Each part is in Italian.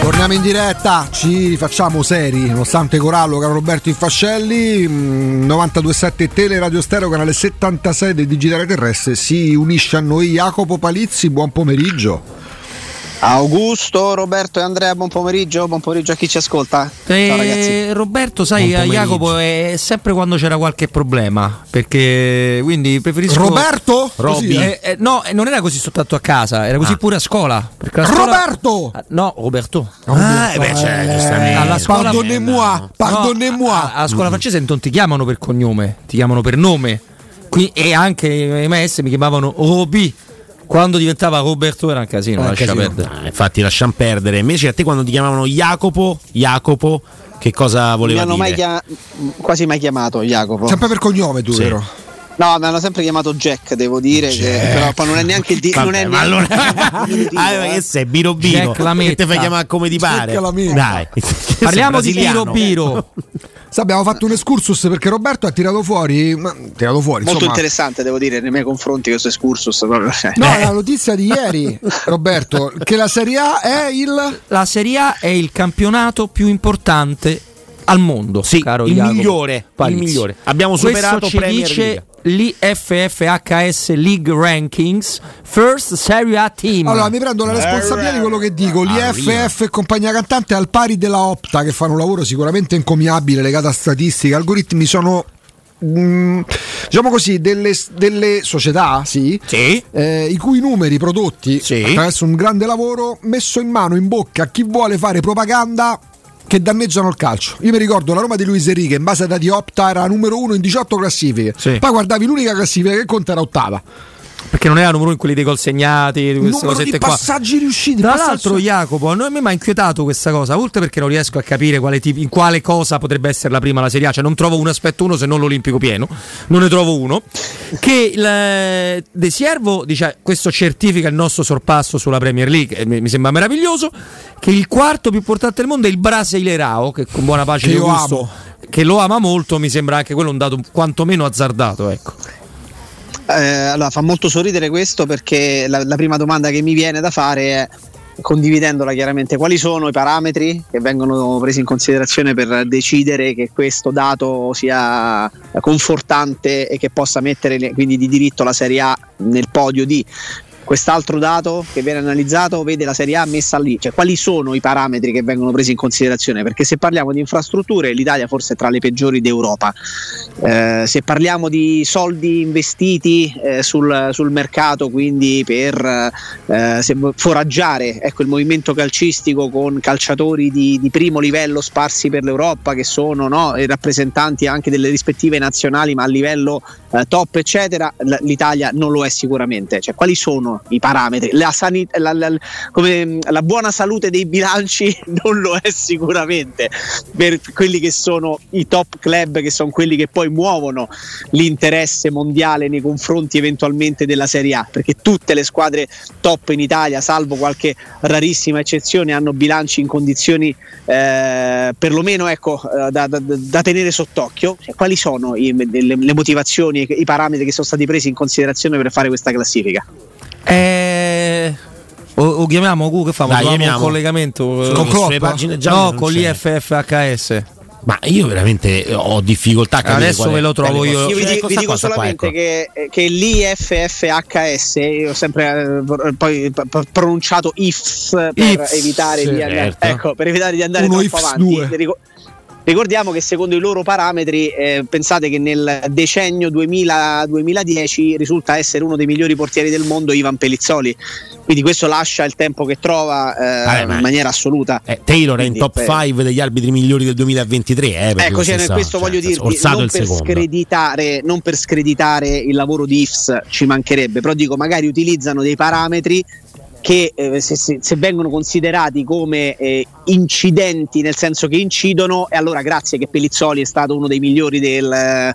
Torniamo in diretta, ci rifacciamo seri, nonostante Corallo, caro Roberto Infascelli, 927 Tele Radio Stereo, canale 76 del Digitale Terrestre, si unisce a noi Jacopo Palizzi, buon pomeriggio. Augusto, Roberto e Andrea, buon pomeriggio, buon pomeriggio a chi ci ascolta. Eh, Roberto, sai, Jacopo è sempre quando c'era qualche problema, perché quindi preferisco... Roberto? Robby. Eh, eh, no, eh, non era così soltanto a casa, era così Ah. pure a scuola. perché la scuola- Roberto! Ah, No, Roberto. Ah, eh, beh, c'è, giustamente. alla scuola- Pardonnez-moi, No, a- pardonnez-moi. a- alla scuola francese non ti chiamano per cognome, ti chiamano per nome. Qui- e anche i maestri mi chiamavano Roby. Quando diventava Roberto era un casino, Era un lascia casino. perdere. Ah, infatti, lasciamo perdere. Invece, a te quando ti chiamavano Jacopo, Jacopo, che cosa Mi voleva hanno dire? mai chia- mh, quasi mai chiamato Jacopo. ah. Sempre per cognome tu, Sì. vero? No, mi hanno sempre chiamato Jack, devo dire, che- però poi non è neanche il di- Vabbè, non è ma neanche il allora, diminutivo, Ah, ma eh. che sei birobino Jack Lametta. che te fai chiamare come ti pare Jack Lametta. dai Parliamo Sei di brasiliano. Biro Biro. Sì, abbiamo fatto un excursus perché Roberto ha tirato fuori, ma, tirato fuori, Molto insomma, interessante, devo dire, nei miei confronti questo excursus. proprio, cioè. No, la notizia di ieri, Roberto, che la Serie A è il... La Serie A è il campionato più importante al mondo. Sì, caro il Jacopo migliore, il Palizzi. migliore. Abbiamo Questo superato ci Premier dice l'IFFHS League Rankings First Serie A Team. Allora, mi prendo la responsabilità di quello che dico. L'IFF e compagnia cantante al pari della Opta, che fanno un lavoro sicuramente encomiabile legato a statistiche, algoritmi, sono. mm, diciamo così, delle, delle società, sì, sì eh, i cui numeri prodotti Sì. attraverso un grande lavoro messo in mano, in bocca a chi vuole fare propaganda che danneggiano il calcio. Io mi ricordo la Roma di Luis Enrique in base a dati Opta era numero uno in 18 classifiche. Sì. Poi guardavi l'unica classifica che conta era ottava. Perché non era numero uno in quelli dei gol segnati, di queste Numero di cosette qua. passaggi riusciti. Tra passaggi- l'altro, Jacopo, a noi- a me mi ha inquietato questa cosa, oltre perché non riesco a capire quale tipo- in quale cosa potrebbe essere la prima la Serie A, cioè non trovo un aspetto uno se non l'Olimpico pieno, non ne trovo uno, che il eh, De Siervo dice questo certifica il nostro sorpasso sulla Premier League, e mi mi sembra meraviglioso, che il quarto più importante del mondo è il Brasileirao, che con buona pace Che di io Augusto, amo. che lo ama molto, mi sembra anche quello un dato quantomeno azzardato, ecco. Eh, allora, fa molto sorridere questo perché la, la prima domanda che mi viene da fare è condividendola chiaramente quali sono i parametri che vengono presi in considerazione per decidere che questo dato sia confortante e che possa mettere le- quindi di diritto la Serie A nel podio di quest'altro dato che viene analizzato vede la Serie A messa lì, cioè quali sono i parametri che vengono presi in considerazione? Perché se parliamo di infrastrutture l'Italia forse è tra le peggiori d'Europa, Eh, se parliamo di soldi investiti eh, sul, sul mercato, quindi per eh, se vo- foraggiare ecco, il movimento calcistico con calciatori di, di primo livello sparsi per l'Europa che sono no, i rappresentanti anche delle rispettive nazionali ma a livello eh, top eccetera, l- l'Italia non lo è sicuramente. Cioè, quali sono i parametri? La, sani- la- la- come, mh, la buona salute dei bilanci non lo è sicuramente per quelli che sono i top club, che sono quelli che poi muovono l'interesse mondiale nei confronti eventualmente della Serie A, perché tutte le squadre top in Italia, salvo qualche rarissima eccezione, hanno bilanci in condizioni eh, perlomeno ecco, eh, da, da- da tenere sott'occhio. Cioè, quali sono i- le, le motivazioni, i parametri che sono stati presi in considerazione per fare questa classifica? Eh, o, o chiamiamo Gu che fa? Dai, Facciamo un chiamiamo. collegamento eh, Con Klopp? sulle pagine gialle No, non con c'è. l'IFFHS. ma io veramente eh, ho difficoltà a capire Adesso qual è- ve lo trovo qual è- io. Io vi, Cioè, di- questa vi dico cosa qua, solamente ecco. che, che l'IFFHS, io ho sempre eh, vor- poi p- p- pronunciato IFS per Ifs, evitare sì, di andare, certo. ecco, per evitare di andare Uno troppo ifs avanti. due. Rico- Ricordiamo che secondo i loro parametri, eh, pensate che nel decennio 2000-2010 risulta essere uno dei migliori portieri del mondo Ivan Pelizzoli, quindi questo lascia il tempo che trova eh, Vabbè, ma- in maniera assoluta. Eh, Taylor è in Quindi, top eh, 5 degli arbitri migliori del 2023 eh, per Ecco, la sì, stessa- questo cioè, voglio dirvi, Orsato è non il per, secondo screditare, non per screditare il lavoro di IFS ci mancherebbe, però dico magari utilizzano dei parametri che eh, se, se- se vengono considerati come eh, incidenti, nel senso che incidono, e allora grazie che Pelizzoli è stato uno dei migliori del, eh,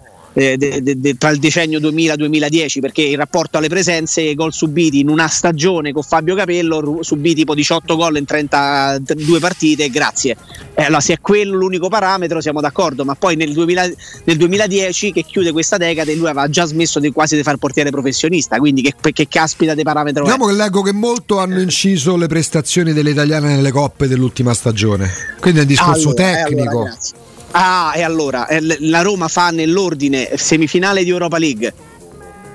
de- de- de- tra il decennio 2000-2010 perché in rapporto alle presenze i gol subiti in una stagione con Fabio Capello ru- subì tipo 18 gol in 32 partite grazie Eh, allora se è quello l'unico parametro siamo d'accordo ma poi nel, 2000 nel 2010 che chiude questa decade lui aveva già smesso di, quasi di fare portiere professionista quindi che, che caspita di parametro è? Diciamo che leggo che molto hanno Eh. inciso le prestazioni delle italiane nelle coppe dell'ultima stagione. Quindi è un discorso Allora, eh, tecnico. allora, ragazzi. ah, e allora eh, l- la Roma fa nell'ordine semifinale di Europa League,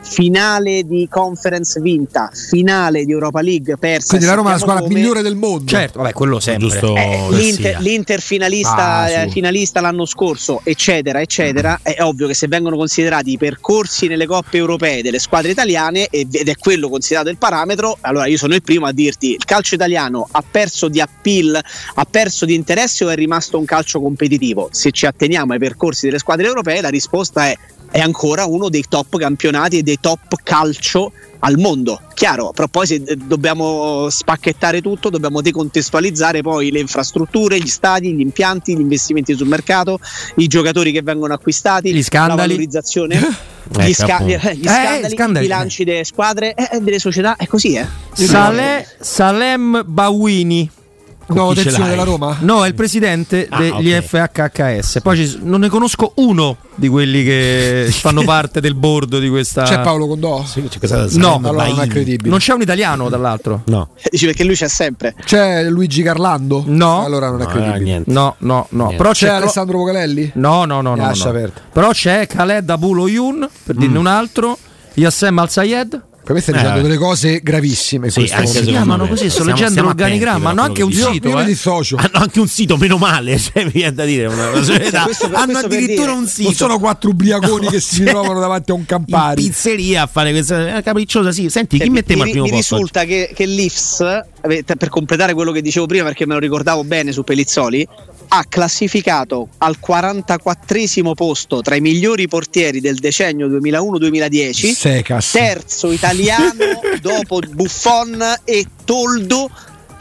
finale di Conference vinta, finale di Europa League persa. Quindi la Roma è la Sappiamo squadra come- migliore del mondo. Certo, vabbè, quello sempre. eh, Giusto Garcia. l'Inter, l'Inter finalista, Ah, sì. eh, finalista l'anno scorso, eccetera, eccetera. È ovvio che se vengono considerati i percorsi nelle coppe europee delle squadre italiane e- ed è quello considerato il parametro, allora io sono il primo a dirti: il calcio italiano ha perso di appeal, ha perso di interesse o è rimasto un calcio competitivo? Se ci atteniamo ai percorsi delle squadre europee, la risposta è è ancora uno dei top campionati e dei top calcio al mondo, chiaro, però poi se eh, dobbiamo spacchettare tutto, dobbiamo decontestualizzare poi le infrastrutture, gli stadi, gli impianti, gli investimenti sul mercato, i giocatori che vengono acquistati, Gli scandali. la valorizzazione, Ecco, gli, sca- gli appunto. scandali, Eh, scandali. i bilanci delle squadre e delle società, è così, eh. Saleh- Salem Bawini. No, Con chi ce attenzione l'hai? della Roma? No, è il presidente Ah, degli ok. FHHS. Poi ci s- non ne conosco uno di quelli che fanno parte del board di questa. C'è Paolo Condò? Ah. Sì, c'è questa- No, Salem allora non è Baini. credibile. Non c'è un italiano dall'altro. No, Dici perché lui c'è sempre. C'è Luigi Carlando? No. Allora non è no, era credibile. niente. No, no, no. Niente. Però c'è, C'è Clo- Alessandro Vocalelli? No, no, no, no, Lascia no. aperto. Però c'è Khaled Abulo Yun, per dirne un altro, Yassem Al Sayed. Per me stai Eh, dicendo vabbè. delle cose gravissime. in Sì, questo momento. anche Si secondo chiamano me. così, sto Stiamo- leggendo stiamo l'organigramma, attenti hanno anche però un quello che Io sito. mi eh. dissocio. Hanno anche un sito, meno male, cioè, mi viene da dire. Una, una società. Questo- questo Hanno per addirittura dire. un Non sito. sono quattro ubriaconi che si trovano davanti a un in Campari. pizzeria a fare questa eh, capricciosa. Sì, senti, Eh, chi metteva al mi, primo mi posto? risulta che, che l'IFS, eh, per completare quello che dicevo prima perché me lo ricordavo bene su Pellizzoli, ha classificato al 44 posto tra i migliori portieri del decennio 2001-2010, Secas. terzo italiano dopo Buffon e Toldo.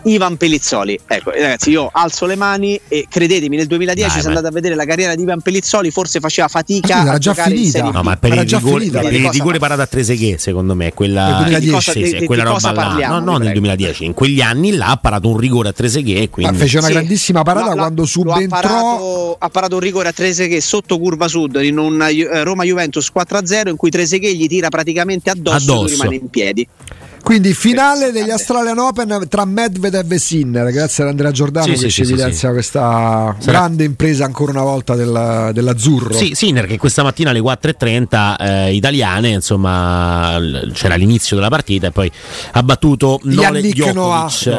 Ivan Pellizzoli, ecco ragazzi, io alzo le mani e credetemi, nel 2010 Dai, se ma- andate a vedere la carriera di Ivan Pellizzoli, forse faceva Ma fatica scusa, era a già giocare in finita. Serie B. No, ma per Era il già rigore, finita. per Di il cosa- rigore parata a Treseghe, secondo me, è Nel quella, 2010. Sì, Di- sì, di- è di quella cosa roba là. parliamo, No, no, vi nel prego. 2010, in quegli anni là ha parato un rigore a Treseghe. e Ma Quindi... fece una Sì. grandissima parata No, lo- quando lo Ha subentrò. parato, ha parato un rigore a Treseghe sotto curva sud in un eh, Roma-Juventus 4-0 in cui Treseghe gli tira praticamente addosso, e lui Addosso. rimane in piedi. Quindi finale degli Australian Open tra Medvedev e Sinner. Grazie ad Andrea Giordano Sì, che sì, ci sì, evidenzia questa Sarà- grande impresa ancora una volta della- dell'azzurro. Sì, Sinner che questa mattina alle 4.30 eh, italiane, insomma, l- c'era l'inizio della partita e poi ha battuto Nole Yannick Djokovic.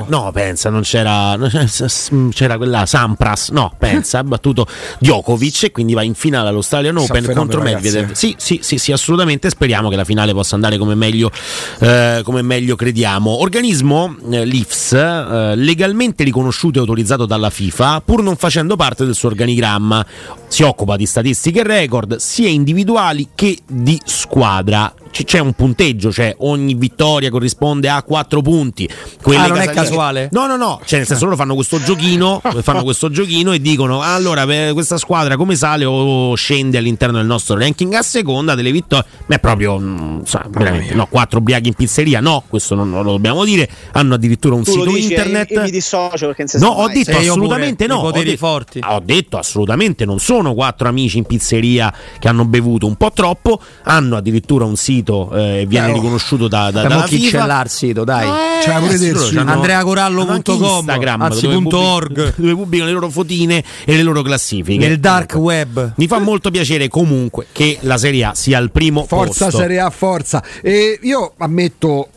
Noah, No, pensa, non c'era non c'era- c'era quella Sampras. No, pensa, ha battuto Djokovic e quindi va in finale all'Australian Sa Open fenomeno, contro ragazzi. Medvedev. Sì, sì, sì, sì, assolutamente, speriamo che la finale possa andare come meglio eh, come meglio crediamo. Organismo eh, l'IFS, eh, legalmente riconosciuto e autorizzato dalla FIFA, pur non facendo parte del suo organigramma, si occupa di statistiche e record sia individuali che di squadra. C- c'è un punteggio, cioè ogni vittoria corrisponde a 4 punti. Quelle Ah, non è casalinghe- casuale? No, no, no, cioè nel senso loro fanno questo giochino, fanno questo giochino e dicono allora per questa squadra come sale o scende all'interno del nostro ranking a seconda delle vittorie. Ma è proprio mm, so, veramente, no, quattro ubriachi in pizzeria, no, questo non, non lo dobbiamo dire. Hanno addirittura un Tu lo sito dici, eh, internet. io- io mi dissocio perché non si No, sa ho mai. detto Sì, Cioè, io assolutamente pure, no. i poteri ho detto, forti. ho detto assolutamente non sono quattro amici in pizzeria che hanno bevuto un po' troppo, hanno addirittura un sito eh, viene Beh, oh. riconosciuto da, da, Dai, dalla mo chi FIFA. c'è là il sito, dai. Eh, C'era pure del loro sito. c'hanno- Andreacorallo.com, hanno anche Instagram, anzi, dove punto pubblic- org. dove pubblicano le loro fotine e le loro classifiche. Ecco. Nel dark web. Mi fa molto piacere comunque che la Serie A sia al primo Forza posto. Serie A, forza. E io ammetto,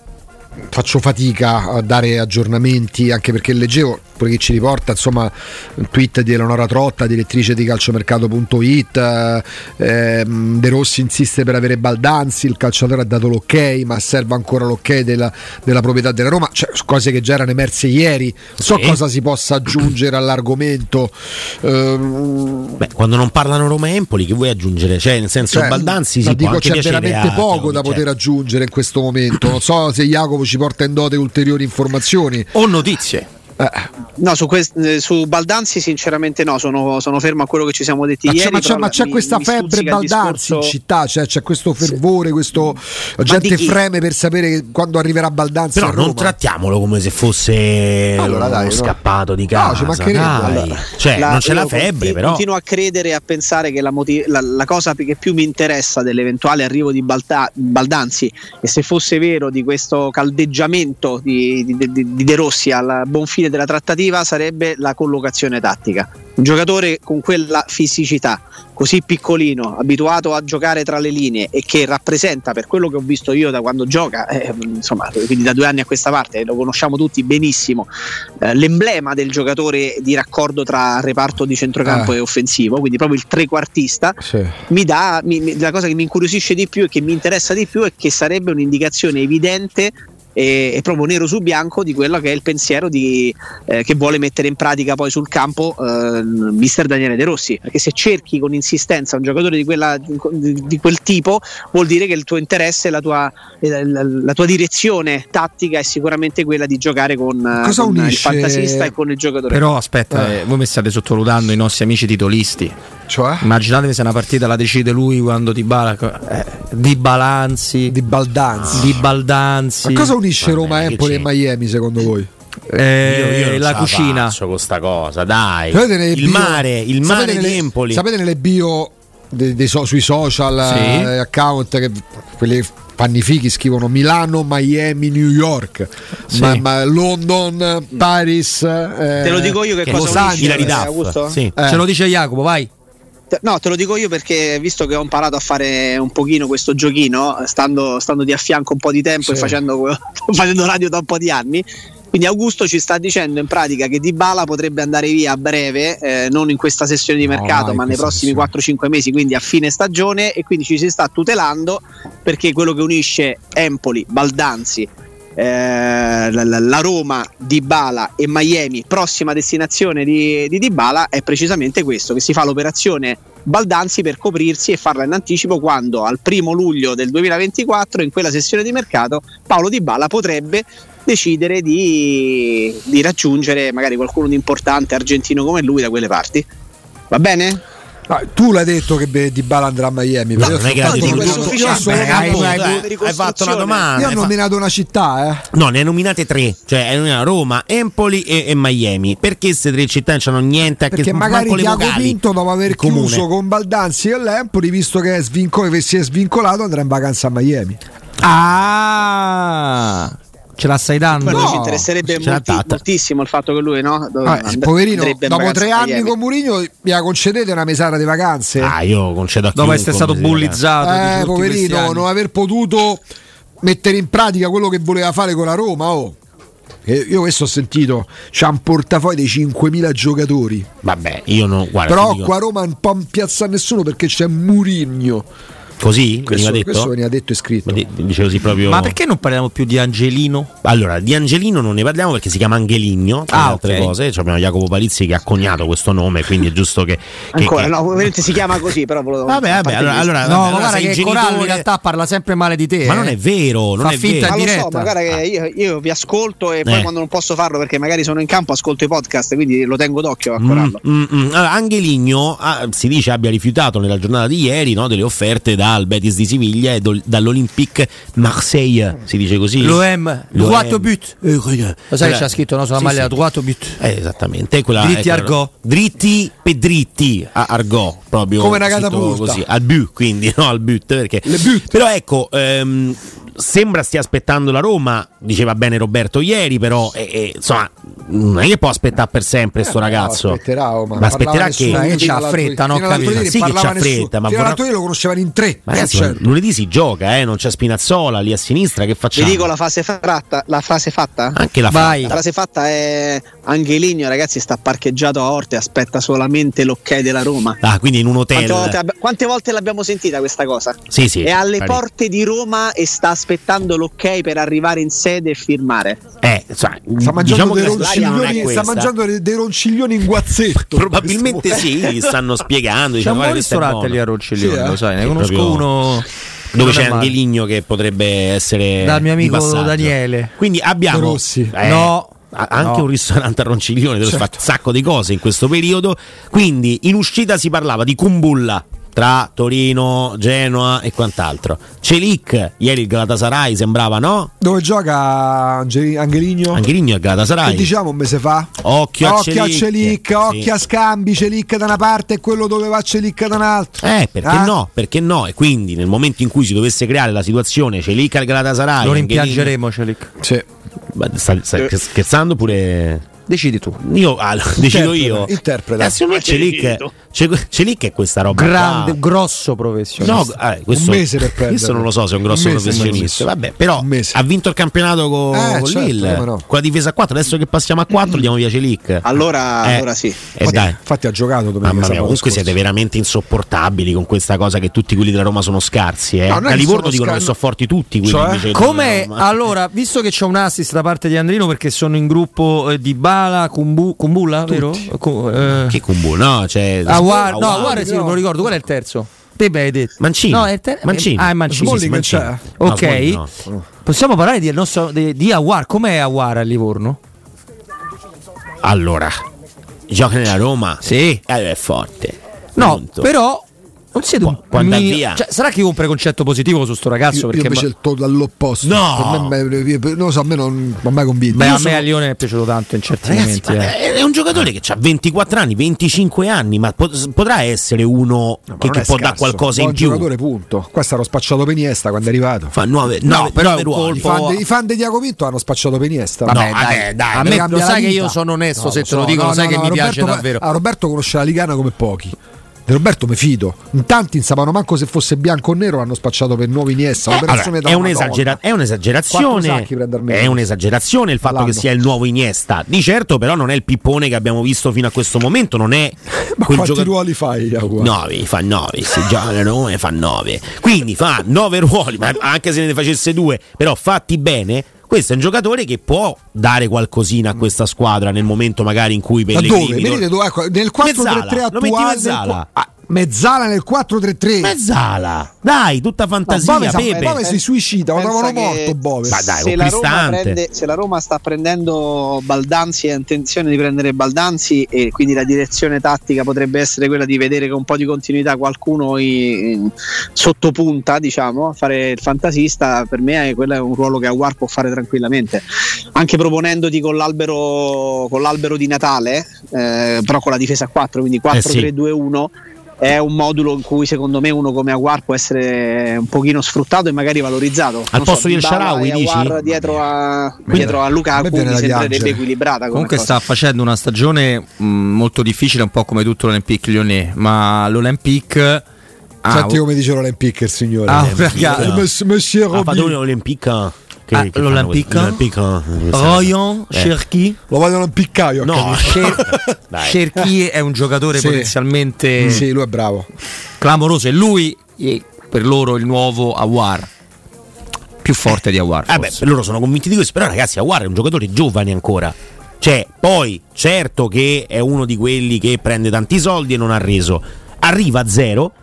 faccio fatica a dare aggiornamenti, anche perché leggevo, pure chi ci riporta, insomma, un tweet di Eleonora Trotta, direttrice di calciomercato.it, ehm, De Rossi insiste per avere Baldanzi, il calciatore ha dato l'ok, ma serve ancora l'ok della, della proprietà della Roma, cioè cose che già erano emerse ieri, so Sì. cosa si possa aggiungere all'argomento. Ehm, Beh, quando non parlano Roma e Empoli, che vuoi aggiungere? Cioè, nel senso, cioè, Baldanzi ma si può dico, anche c'è piacere veramente a- poco da cioè, poter aggiungere in questo momento. Non so se Jacopo ci porta in dote ulteriori informazioni. O notizie. No, su, quest- eh, su Baldanzi sinceramente no, sono, sono fermo a quello che ci siamo detti Ma c'è, ieri. ma c'è, però ma c'è mi- questa mi febbre stuzzica il baldanzi in discorso- città, cioè, c'è questo fervore, questo la gente di chi? freme per sapere che- quando arriverà Baldanzi. Però a Roma. non trattiamolo come se fosse Allora, uno dai, no. scappato di No, ci casa. mancherebbe, dai. allora. Cioè, non c'è la io febbre, conti- però. Continuo a credere e a pensare che la, moti- la- la cosa che più mi interessa dell'eventuale arrivo di Balta- Baldanzi, e se fosse vero di questo caldeggiamento di, di- di- di De Rossi al buon fine della trattativa, sarebbe la collocazione tattica. Un giocatore con quella fisicità, così piccolino, abituato a giocare tra le linee e che rappresenta, per quello che ho visto io da quando gioca, eh, insomma, quindi da due anni a questa parte, lo conosciamo tutti benissimo, eh, l'emblema del giocatore di raccordo tra reparto di centrocampo Eh. e offensivo, quindi proprio il trequartista, Sì. mi dà, mi- mi- la cosa che mi incuriosisce di più e che mi interessa di più è che sarebbe un'indicazione evidente e, e proprio nero su bianco di quello che è il pensiero di- eh, che vuole mettere in pratica poi sul campo eh, mister Daniele De Rossi, perché se cerchi con insistenza un giocatore di, quella- di- di quel tipo vuol dire che il tuo interesse, la tua, eh, la- la tua direzione tattica è sicuramente quella di giocare con, eh, Cosa con il unisce- fantasista e con il giocatore. Però aspetta, Eh. eh, voi mi state sottovalutando i nostri amici titolisti. Cioè? Immaginatevi se una partita la decide lui quando ti bala. eh, di Balanzi, Di di, Baldanzi. Baldanzi. Ma cosa unisce Vabbè, Roma, che Empoli e c'è? Miami secondo voi? Eh, Io- io non la ce cucina. faccio con sta cosa, dai. Sapete nelle Il bio- mare, il sapete mare di nelle- Empoli. Sapete nelle bio de- dei so- sui social Sì. eh, account che quelli pannifichi scrivono Milano, Miami, New York, Sì. ma- ma London, Paris. eh, Te lo dico io che, Che cosa Los unisce, Angeles, Ilarità. Augusto? Sì. eh. Ce lo dice Jacopo, vai. Te- No, te lo dico io perché visto che ho imparato a fare un pochino questo giochino, stando, stando di affianco un po' di tempo Sì. e facendo, facendo radio da un po' di anni. Quindi Augusto ci sta dicendo in pratica che Dybala potrebbe andare via a breve, eh, non in questa sessione di No, mercato, mai ma nei questa prossimi sessione. 4-5 mesi, quindi a fine stagione e quindi ci si sta tutelando perché quello che unisce Empoli, Baldanzi, eh, la, la- la Roma, Dybala e Miami, prossima destinazione di, di Dybala, è precisamente questo, che si fa l'operazione Baldanzi per coprirsi e farla in anticipo quando al primo luglio del 2024, in quella sessione di mercato, Paolo Dybala potrebbe decidere di, di raggiungere magari qualcuno di importante argentino come lui da quelle parti. Va bene? Ah, tu l'hai detto che Be- Di Bala andrà a Miami. No, però io non è che ho la soltanto- fatto dico- dico- io ho questo ufficiale, Vabbè, soltanto- hai- appunto, hai- eh, hai ricostruzione. fatto una io domanda. ho hai fatto- nominato una città, eh. No, ne hai nominate tre, cioè hai nominato Roma, Empoli e, e Miami. Perché queste tre città non hanno niente a che Perché magari manco le Diago vocali. Pinto dopo aver Il comune. chiuso con Baldanzi e l'Empoli, visto che è svinco- che si è svincolato, andrà in vacanza a Miami. Ah, ce la stai dando? Poi No, ci interesserebbe ce l'ha molti- data. moltissimo il fatto che lui, no? Dove- Ah, and- poverino, andrebbe in dopo vacanza eh. tre a anni Miami. con Murigno gliela concedete una mesata di vacanze. Ah, io concedo a Dopo chiunque, essere stato come si dice, bullizzato. eh, di tutti questi poverino, anni. non aver potuto mettere in pratica quello che voleva fare con la Roma. Oh. E Io questo ho sentito, c'ha un portafoglio dei 5.000 giocatori, Ah, Vabbè, io non. Guarda, però ti dico- qua a Roma non può piazzare nessuno perché c'è Murigno. così Questo, veniva detto. questo veniva detto e scritto. Ma di- Dice così proprio. Ma perché non parliamo più di Angelino? Allora, di Angelino non ne parliamo perché si chiama Angeligno, tra Ah, le altre ok. cose. Cioè, abbiamo Jacopo Palizzi che ha coniato questo nome, quindi è giusto che. che- Ancora, che- no, ovviamente si chiama così, però volevo Vabbè, vabbè, allora, allora, vabbè, allora sei il genitore- parla sempre male di te. Ma non è vero, non eh, Fa è finta vero. Ma lo diretta. so, ma guarda che io, io vi ascolto e poi Ah. Eh. quando non posso farlo perché magari sono in campo ascolto i podcast, quindi lo tengo d'occhio a Mm, corallo. mm, mm. Allora, Angeligno ah, si dice abbia rifiutato nella giornata di ieri no, delle offerte dal Betis di Siviglia e dol- dall'Olympique Marseille. Si dice così? L'OM, L'OM. Quattro but. Eh, quella- Lo sai che quella- c'è scritto no, sulla Sì, maglia sì. Quattro but. Eh, esattamente, quella, Dritti ecco, Argò. dritti per dritti a Argò, proprio Come una scritto catapulta. così, al but, quindi no, al but perché Le but. Però ecco, ehm, sembra stia aspettando la Roma, diceva bene Roberto ieri, però eh, eh, insomma, non è che può aspettare per sempre sto Eh, no, ragazzo. aspetterà, oh, ma Ma aspetterà parlava che- nessuno, Eh, fino che c'ha all'altro fretta, ieri. no, Fino all'altro capito. ieri Sì che parlava c'ha nessuno. fretta, ma Fino all'altro vorrà- ieri lo conoscevano in tre. Ma ragazzi, Cioè, ma lunedì si gioca, eh, non c'è Spinazzola lì a sinistra, che Vi facciamo? dico la frase fratta, la frase fatta? Anche la La Vai. fatta. frase fatta è Angeligno, ragazzi, sta parcheggiato a Orte, aspetta solamente l'ok della Roma. Ah, quindi in un hotel. Quante volte, abbi- quante volte l'abbiamo sentita questa cosa? Sì, sì. è alle Pare- porte di Roma e sta aspettando l'ok per arrivare in sede e firmare. Eh, insomma, Sta mangiando, diciamo che dei, la storia non è ronciglioni, sta questa. mangiando dei- dei ronciglioni in guazzetto. Probabilmente sì, gli stanno spiegando. C'è dicendo, un buon "Guarda, questo è ristorante buono". lì a Ronciglione, Sì, eh. lo sai, ne Sì, conosco proprio- uno Dove non è c'è male. Angeligno che potrebbe essere Dal mio di amico passaggio. Daniele. Quindi abbiamo Rossi. Eh, No, anche No. Certo. un ristorante a Ronciglione dove si fa un sacco di cose in questo periodo. Quindi in uscita si parlava di Kumbulla tra Torino, Genoa e quant'altro. Celic, ieri il Galatasaray sembrava no? Dove gioca Angeli- Oh. Angeligno? Angeligno e Che Galatasaray. diciamo un mese fa? Occhio, Occhio a Celic. Celic, Sì. occhio a Scambi, Celic da una parte e quello dove va Celic da un'altra. Eh, perché Ah. no? Perché no? E quindi nel momento in cui si dovesse creare la situazione Celic al Galatasaray, Lo Angelino- rimpiangeremo, Celic. Sì. Ma Stai, stai Eh. scherzando pure Decidi tu. Io ah, decido io. Certo, interpreta. Eh, secondo me Ma che Celic, rifiuto. Celic- Celic è questa roba. qua. Grande, grosso No, professionista. eh, questo, Un mese per perderlo. questo non lo so se è un grosso Un mese, professionista. un mese. Vabbè, però Un mese. ha vinto il campionato con, Eh, con certo, Lille, come no. con la difesa a 4. Adesso che passiamo a 4, diamo via Celic. Allora, Eh, allora sì. eh, dai. Infatti ha giocato domenica. Mamma mia, sabato comunque scorso. siete veramente insopportabili con questa cosa che tutti quelli della Roma sono scarsi. Eh. No, non è a che Livorno sono dicono scar- che sono forti tutti. quelli Cioè? invece che Come della Roma. allora, visto che c'è un assist da parte di Andrino perché sono in gruppo eh, di Bala, Kumbu, Kumbulla, vero? Cu- eh, Che combo, no? Cioè, Awar- no, Awar- guarda, sì, no. non me lo ricordo, qual è il terzo? Te beh, hai detto. Mancini. No, è il ter- Mancini. Ah, è Mancini. Smalling Sì, sì, che Mancini. c'è? No, Ok. Smalling Ah, no. Possiamo parlare del nostro, di, di Awar, com'è Awar a Livorno? Allora, gioca nella Roma. Sì. Eh, è forte. No, Punto. però non siete un Può- può andar mi- via. Cioè, sarà che io ho un preconcetto positivo su sto ragazzo Io, io perché invece il to- all'opposto. No! Per me- io- non lo so, a me non mi ha mai convinto. beh, Io a sono- me a Lione è piaciuto tanto in certi Ragazzi, momenti. ma eh. è è un giocatore che ha 24 anni, 25 anni, ma po- potrà essere uno Ma non che, che è può scarso. dare qualcosa Buon in più. giocatore, punto. Qua sarò spacciato per Iniesta quando è arrivato. Fa 9 No, però è un I colpo- fan, de- i fan di Diacominto hanno spacciato per Iniesta. Vabbè, No, vabbè, dai, a mi me cambia lo la sai che vita. io sono onesto No, se lo te lo so, dico, no, lo sai no, che no, mi Roberto Ah, piace pa- davvero. A Roberto conosce la Ligana come pochi. Di Roberto me fido. In tanti in sapano manco se fosse bianco o nero l'hanno spacciato per nuovi Iniesta. Eh, allora, un'operazione da è, Madonna. un'esagera- è Quattro un'esagerazione. sacchi prende almeno. È un'esagerazione il fatto All'anno. che sia il nuovo Iniesta. Di certo, però, non è il pippone che abbiamo visto fino a questo momento. Non è Ma quel quanti giocatore. ruoli fai? Iago? 9, fa 9, se gioca nella Roma fa 9. Quindi fa 9 ruoli, ma anche se ne facesse 2, però fatti bene. Questo è un giocatore che può dare qualcosina a questa squadra nel momento magari in cui Ma Pellegrini dove? Vedete tor- dove? Ecco, nel 4-3-3 Mezzala, lo metti attuale. Mezzala. nel qua- ah, mezzala nel 4-3-3. Mezzala. Dai, tutta fantasia, Bove, sa- eh, Pepe. Bove si suicida, lo Pensa trovano che morto Bove. Ma dai, se, la Roma Cristante. prende- se la Roma sta prendendo Baldanzi e ha intenzione di prendere Baldanzi e quindi la direzione tattica potrebbe essere quella di vedere con un po' di continuità qualcuno in- sottopunta diciamo fare il fantasista per me è, quello è un ruolo che Aguar può fare tranquillamente anche proponendoti con l'albero, con l'albero di Natale eh, però con la difesa a 4 Eh quindi 4-3-2-1 È un modulo in cui secondo me uno come Aguar può essere un pochino sfruttato e magari valorizzato. Al Non posto di El Dybala Shaarawy, e Aouar dici? dietro a, Me- dietro a me Lukaku viene mi da sembrerebbe piangere. equilibrata come Comunque cosa. sta facendo una stagione mh, molto difficile, un po' come tutto l'Olympique Lyonnais, ma l'Olympique ha, Senti come dice l'Olympique il signore. oh. Ah, Eh, raga. eh, mess- Monsieur Ha fatto Robin. un'Olimpica. Che, Ah, che fanno l'Olympique? questo? L'Olympique, eh, Royan eh. Cherki. Lo vogliono un piccaio. No, Cher- Dai. Cherki è un giocatore Sì. Mm. potenzialmente Sì, lui è bravo. clamoroso e lui è per loro il nuovo Awar. Più forte di Awar. Eh, Vabbè, forse. loro sono convinti di questo, però ragazzi, Aguar è un giocatore giovane ancora. Cioè, poi, certo che è uno di quelli che prende tanti soldi e non ha reso. Arriva a zero,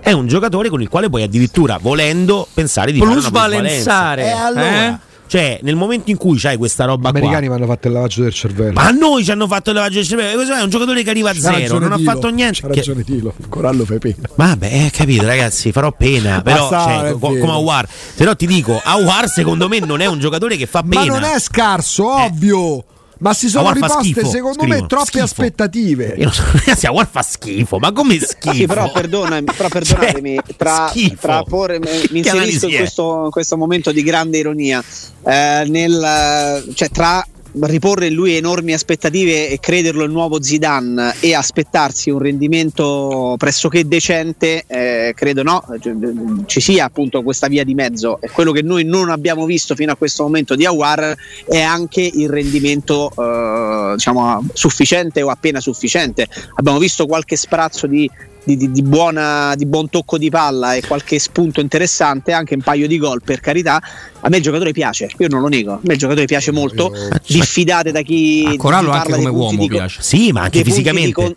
è un giocatore con il quale puoi addirittura, volendo, pensare di Plus fare una plusvalenza. valenzare, Eh, allora, eh? cioè, nel momento in cui c'hai questa Gli roba qua... americani mi hanno fatto il lavaggio del cervello. Ma a noi ci hanno fatto il lavaggio del cervello, questo è un giocatore che arriva a C'ha zero, ragione non ha Tilo, fatto niente. C'ha Che- ragione Tilo. Corallo Pepino. Vabbè, eh, capito, ragazzi, farò pena. Però, Basta, cioè, è co- vero. come Awar. Però ti dico, Awar secondo me non è un giocatore che fa pena. Ma non è scarso, ovvio. Ma si sono Aguar Eh. fa riposte, schifo, secondo scrivono. me, troppe Schifo. aspettative. Io non so, ragazzi, Awar fa schifo, ma come schifo? Sì, però, perdonami, però perdonatemi, Cioè, tra, schifo. tra porre, mi Che mi analisi inserisco in è? questo, in questo momento di grande ironia, eh, nel, cioè tra riporre in lui enormi aspettative e crederlo il nuovo Zidane e aspettarsi un rendimento pressoché decente, eh, credo no, ci- ci sia appunto questa via di mezzo e quello che noi non abbiamo visto fino a questo momento di Awar è anche il rendimento eh, diciamo, sufficiente o appena sufficiente. Abbiamo visto qualche sprazzo di di, di- di buona- di buon tocco di palla e qualche spunto interessante, anche un paio di gol per carità. A me il giocatore piace, io non lo nego. A me il giocatore piace molto. Io- Diffidate da chi. A di Corallo chi anche parla dei come punti uomo di co- piace. Sì, ma anche dei punti di fisicamente. con- dei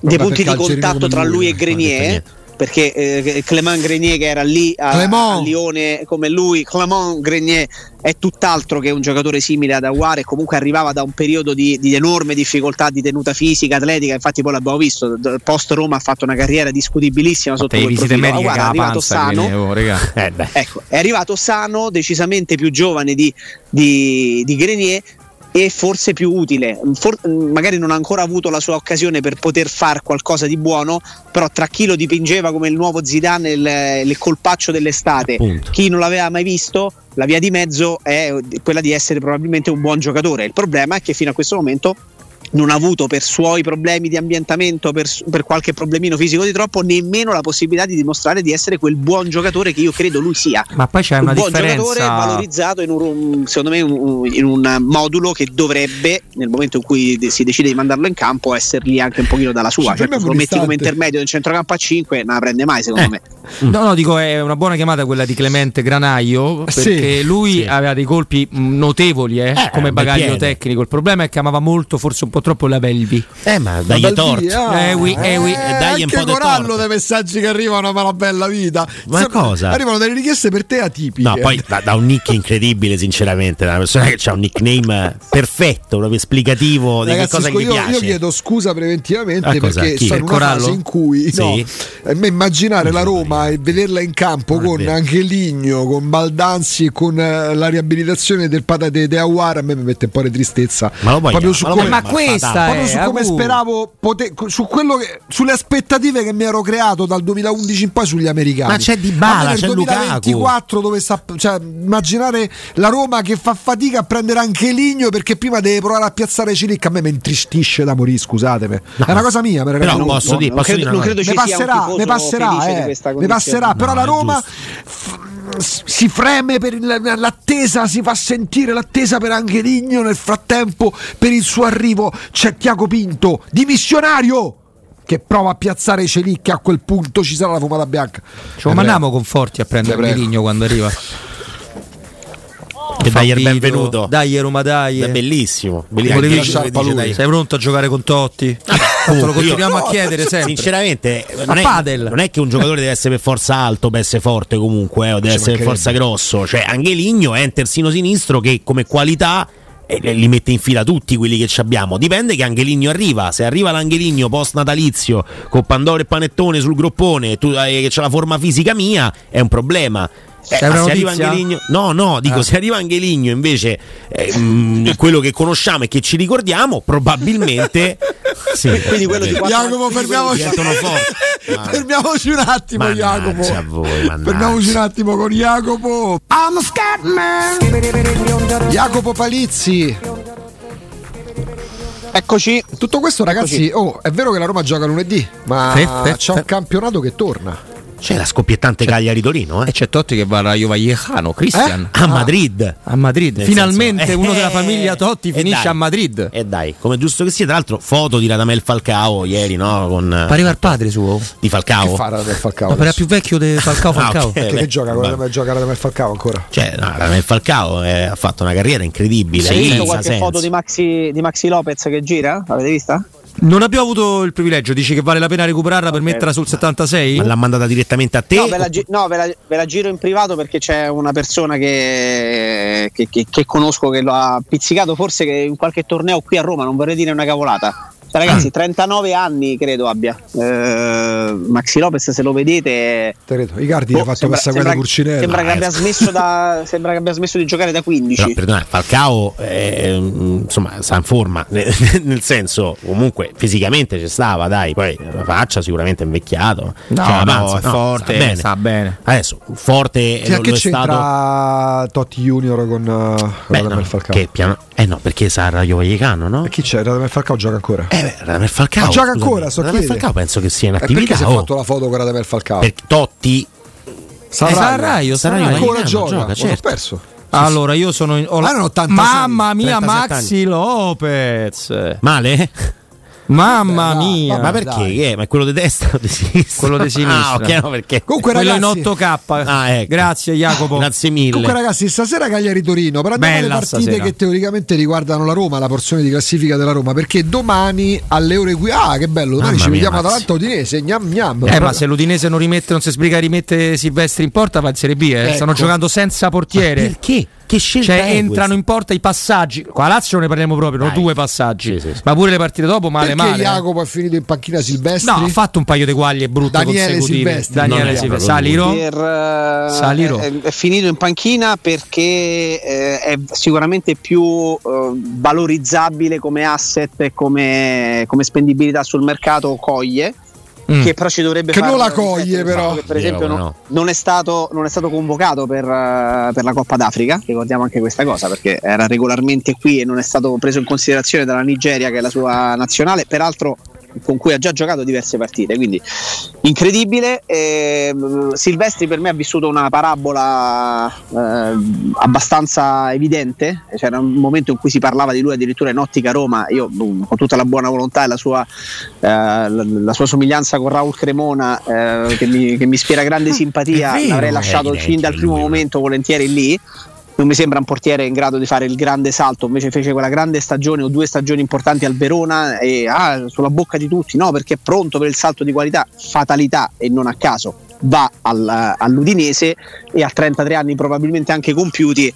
Vabbè, punti di perché Algerini contatto come tra lui, lui eh, e non ha detto Grenier. niente. perché eh, Clément Grenier che era lì a, a Lione come lui, Clément Grenier è tutt'altro che un giocatore simile ad Aguare, comunque arrivava da un periodo di, di, enorme difficoltà di tenuta fisica, atletica, infatti poi l'abbiamo visto, post Roma ha fatto una carriera discutibilissima sotto quel profilo. Ah, Mediche, Aguare, è arrivato panza, sano. Viene, oh, eh, ecco, è arrivato sano, decisamente più giovane di, di, di Grenier, e forse più utile. For- magari non ha ancora avuto la sua occasione per poter fare qualcosa di buono, però tra chi lo dipingeva come il nuovo Zidane, il, il colpaccio dell'estate, Appunto. chi non l'aveva mai visto, la via di mezzo è quella di essere probabilmente un buon giocatore. Il problema è che fino a questo momento non ha avuto per suoi problemi di ambientamento, per, per, qualche problemino fisico di troppo, nemmeno la possibilità di dimostrare di essere quel buon giocatore che io credo lui sia. Ma poi c'è un una buon differenza... giocatore valorizzato in un, secondo me, un, in un modulo che dovrebbe, nel momento in cui si decide di mandarlo in campo, essergli anche un pochino dalla sua. Cioè, lo metti come intermedio del centrocampo a 5, non la prende mai, secondo eh. me. No, no, dico è una buona chiamata quella di Clemente Granaio, perché sì, lui sì. aveva dei colpi notevoli eh, eh, come bagaglio tecnico. Il problema è che amava molto, forse un po' troppo la Belvi. Eh, ma dai torto. Ah, eh, oui, eh, oui. Eh, dai un po' di corallo dei messaggi che arrivano per la bella vita. Ma Insomma, cosa? Arrivano delle richieste per te atipiche. No, poi da, da un nick incredibile, sinceramente, da una persona che ha un nickname perfetto, proprio esplicativo di Ragazzi, che cosa scu- io, piace. Io chiedo scusa preventivamente ah, perché Chi? sono in una fase in cui sì. no, me immaginare la Roma e vederla in campo non con Angeligno, con Baldanzi e con eh, la riabilitazione del patate de Aguara a me mi mette un po' di tristezza. Ma lo voglio, su ma, lo Eh, ma questa proprio su come speravo poter, su che, sulle aspettative che mi ero creato dal 2011 in poi sugli americani ma c'è Di Bala nel c'è 2024 Lukaku. dove sta, cioè, immaginare la Roma che fa fatica a prendere anche Ligno perché prima deve provare a piazzare Cilic a me mi intristisce da morire scusatemi no. è una cosa mia per però non posso dire, non credo, dire non credo mi passerà, mi passerà, eh, mi passerà no, però la Roma si freme per l'attesa, si fa sentire l'attesa per Angeligno nel frattempo per il suo arrivo c'è Tiago Pinto, dimissionario che prova a piazzare Celicchi a quel punto ci sarà la fumata bianca. Ci mandiamo conforti a prendere Angeligno quando arriva. Che dai il benvenuto. Dai Roma dai. È bellissimo. bellissimo. Volevi lasciare Sei pronto a giocare con Totti? Oh, Te lo continuiamo no, a chiedere sempre. Cioè, Sinceramente, non è, non è, che un giocatore deve essere per forza alto, per essere forte comunque, eh, o deve Ci essere per forza grosso. Cioè, Angeligno è un terzino sinistro che come qualità e li mette in fila tutti quelli che abbiamo. Dipende che Angeligno arriva. Se arriva l'Angeligno post natalizio con Pandoro e Panettone sul groppone, tu, eh, che c'è la forma fisica mia, è un problema. Eh, se arriva Angeligno, no, no, dico eh. se arriva Angeligno invece eh, mh, quello che conosciamo e che ci ricordiamo, probabilmente sì, quindi quello di Jacopo, fermiamoci, fermiamoci un attimo. Mannaggia Jacopo, voi, mannaggia. fermiamoci un attimo con Jacopo. I'm Scatman. Jacopo Palizzi. Eccoci. Tutto questo, ragazzi. Eccoci. Oh, è vero che la Roma gioca lunedì, ma fe, c'è un campionato che torna. C'è la scoppiettante Cioè, c'è, Cagliari Torino. Eh? E c'è Totti che va a Raio Vallecano, Cristian. Eh? A Madrid. Ah, a Madrid. Finalmente senso, uno eh, della famiglia Totti finisce dai, Eh, a Madrid. E eh, dai, come giusto che sia. Tra l'altro, foto di Radamel Falcao ieri, no? Con, eh, Pareva il padre suo. Di Falcao. Che fa Radamel Falcao? No, era più vecchio di Falcao Falcao. ah, okay, che gioca, Radamel, gioca Radamel Falcao ancora? Cioè, no, Radamel Falcao eh, ha fatto una carriera incredibile. Sì, hai visto qualche senso. foto di Maxi, di Maxi Lopez che gira? L'avete vista? Non abbiamo avuto il privilegio, dici che vale la pena recuperarla okay. per metterla sul 76? Ma l'ha mandata direttamente a te? No, ve la, gi- no, ve la, ve la giro in privato perché c'è una persona che, che, che, che conosco che lo ha pizzicato forse in qualche torneo qui a Roma, non vorrei dire una cavolata. Cioè, Ragazzi, 39 anni credo abbia. Eh, Maxi Lopez, se lo vedete. boh, Credo. I cardi oh, ha fatto sembra, questa guerra Curcinella. Sembra, Eh. da, sembra che, abbia smesso di giocare da 15. No, perdona, Falcao eh, insomma sta in forma. Nel senso, comunque fisicamente ci stava, dai. Poi la faccia sicuramente è invecchiato. No, cioè, no, è no, forte, sta bene. sta bene. Adesso forte cioè, lo, che lo stato... Totti Junior con uh, Beh, Radamel no, Falcao. Che piano... Eh no, perché sa Raio Vallecano, no? E chi c'è? Radamel Falcao gioca ancora. Eh, beh, Radamel Falcao. Ma gioca ancora, so Radamel Falcao penso che sia in attività. oh, Perché si è fatto la foto con Radamel Falcao? Per Totti Sarraio, eh, Sarraio, Sarraio ancora gioca, gioca certo. perso. Allora, io sono in, ho la... ah, 86, Mamma mia, Maxi anni. Lopez. Male? Mamma Eh, mia, Ma perché? Che è? Ma è quello di destra o di sinistra? Quello di sinistra. Ah, ok, no, perché. Comunque, quello in ragazzi, 8K. Ah, ecco. Grazie Jacopo. Grazie mille. Comunque, ragazzi, stasera Cagliari Torino. Però andiamo alle Bella partite stasera. che teoricamente riguardano la Roma, la porzione di classifica della Roma. Perché domani alle ore qui. Ah, che bello! Domani Mamma ci mia, vediamo Mazzi. Atalanta Udinese. Gnam gnam. Eh, ma se l'Udinese non rimette, non si sbriga, rimette Silvestri in porta, va in Serie B. eh. Ecco. Stanno giocando senza Ma portiere. Perché? Che scelta Cioè, è entrano questa? in porta i passaggi. Qua a Lazio ne parliamo proprio, no? Dai. due passaggi. Sì, sì, sì. Ma pure le partite dopo, male, perché male. eh. Jacopo è finito in panchina Silvestri? No, ha fatto un paio di guaglie brutte Daniele consecutive. Silvestri. Non Daniele è Silvestri. proprio lui. Saliro. per, eh, Saliro. È, è finito in panchina perché eh, è sicuramente più eh, valorizzabile come asset e come, come spendibilità sul mercato coglie. Mm. Che però ci dovrebbe Che fare non la riflettere coglie, sul fatto però. che, per Eh, esempio, come no- no. non, è stato, non è stato convocato per, eh, per la Coppa d'Africa. Ricordiamo anche questa cosa perché era regolarmente qui e non è stato preso in considerazione dalla Nigeria, che è la sua nazionale. Peraltro, con cui ha già giocato diverse partite, quindi incredibile. E, mh, Silvestri per me ha vissuto una parabola eh, abbastanza evidente, c'era un momento in cui si parlava di lui addirittura in ottica Roma, io mh, con tutta la buona volontà e la sua, eh, la, la sua somiglianza con Raul Cremona eh, che, mi, che mi ispira grande simpatia, vero, l'avrei Ah, è lasciato evidente fin dal primo lui, no? momento volentieri lì. Non mi sembra un portiere in grado di fare il grande salto, invece fece quella grande stagione o due stagioni importanti al Verona e ah, sulla bocca di tutti, no perché è pronto per il salto di qualità, fatalità e non a caso va al- all'Udinese e a 33 anni probabilmente anche compiuti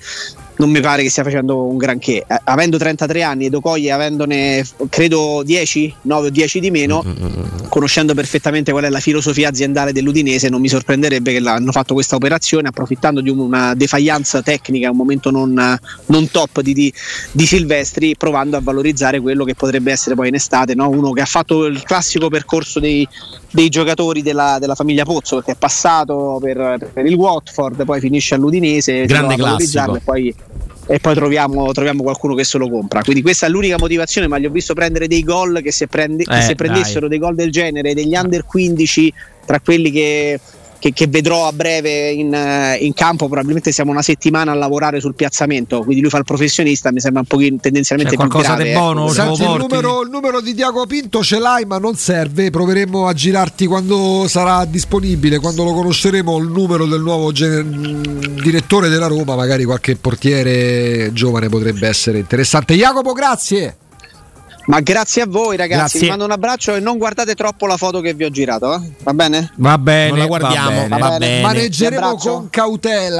non mi pare che stia facendo un granché Eh, avendo 33 anni ed Okoye avendone credo 10 9 o 10 di meno Mm, conoscendo perfettamente qual è la filosofia aziendale dell'Udinese, non mi sorprenderebbe che l'hanno fatto questa operazione approfittando di una defaianza tecnica, un momento non, non top di, di- di Silvestri, provando a valorizzare quello che potrebbe essere poi in estate, no? uno che ha fatto il classico percorso dei, dei giocatori della, della famiglia Pozzo, perché è passato per, per il Watford, poi finisce all'Udinese, si trova Grande a valorizzarlo e classico. poi e poi troviamo, troviamo qualcuno che se lo compra. Quindi questa è l'unica motivazione, ma gli ho visto prendere dei gol che se, prende- che Eh, se prendessero dai. dei gol del genere, degli under 15, tra quelli che, che- che vedrò a breve in, eh, in campo, probabilmente siamo una settimana a lavorare sul piazzamento, quindi lui fa il professionista, mi sembra un pochino tendenzialmente C'è più qualcosa grave. di eh. buono? Senti, il, Porti. numero, il numero di Diaco Pinto ce l'hai, ma non serve. Proveremo a girarti quando sarà disponibile, quando lo conosceremo. Il numero del nuovo gener- mh, direttore della Roma, magari qualche portiere giovane potrebbe essere interessante. Jacopo, grazie. Ma grazie a voi ragazzi, Grazie. vi mando un abbraccio e non guardate troppo la foto che vi ho girato, eh. va bene? Va bene. Non la guardiamo, va bene. va bene. Ti Maneggeremo abbraccio. con cautela.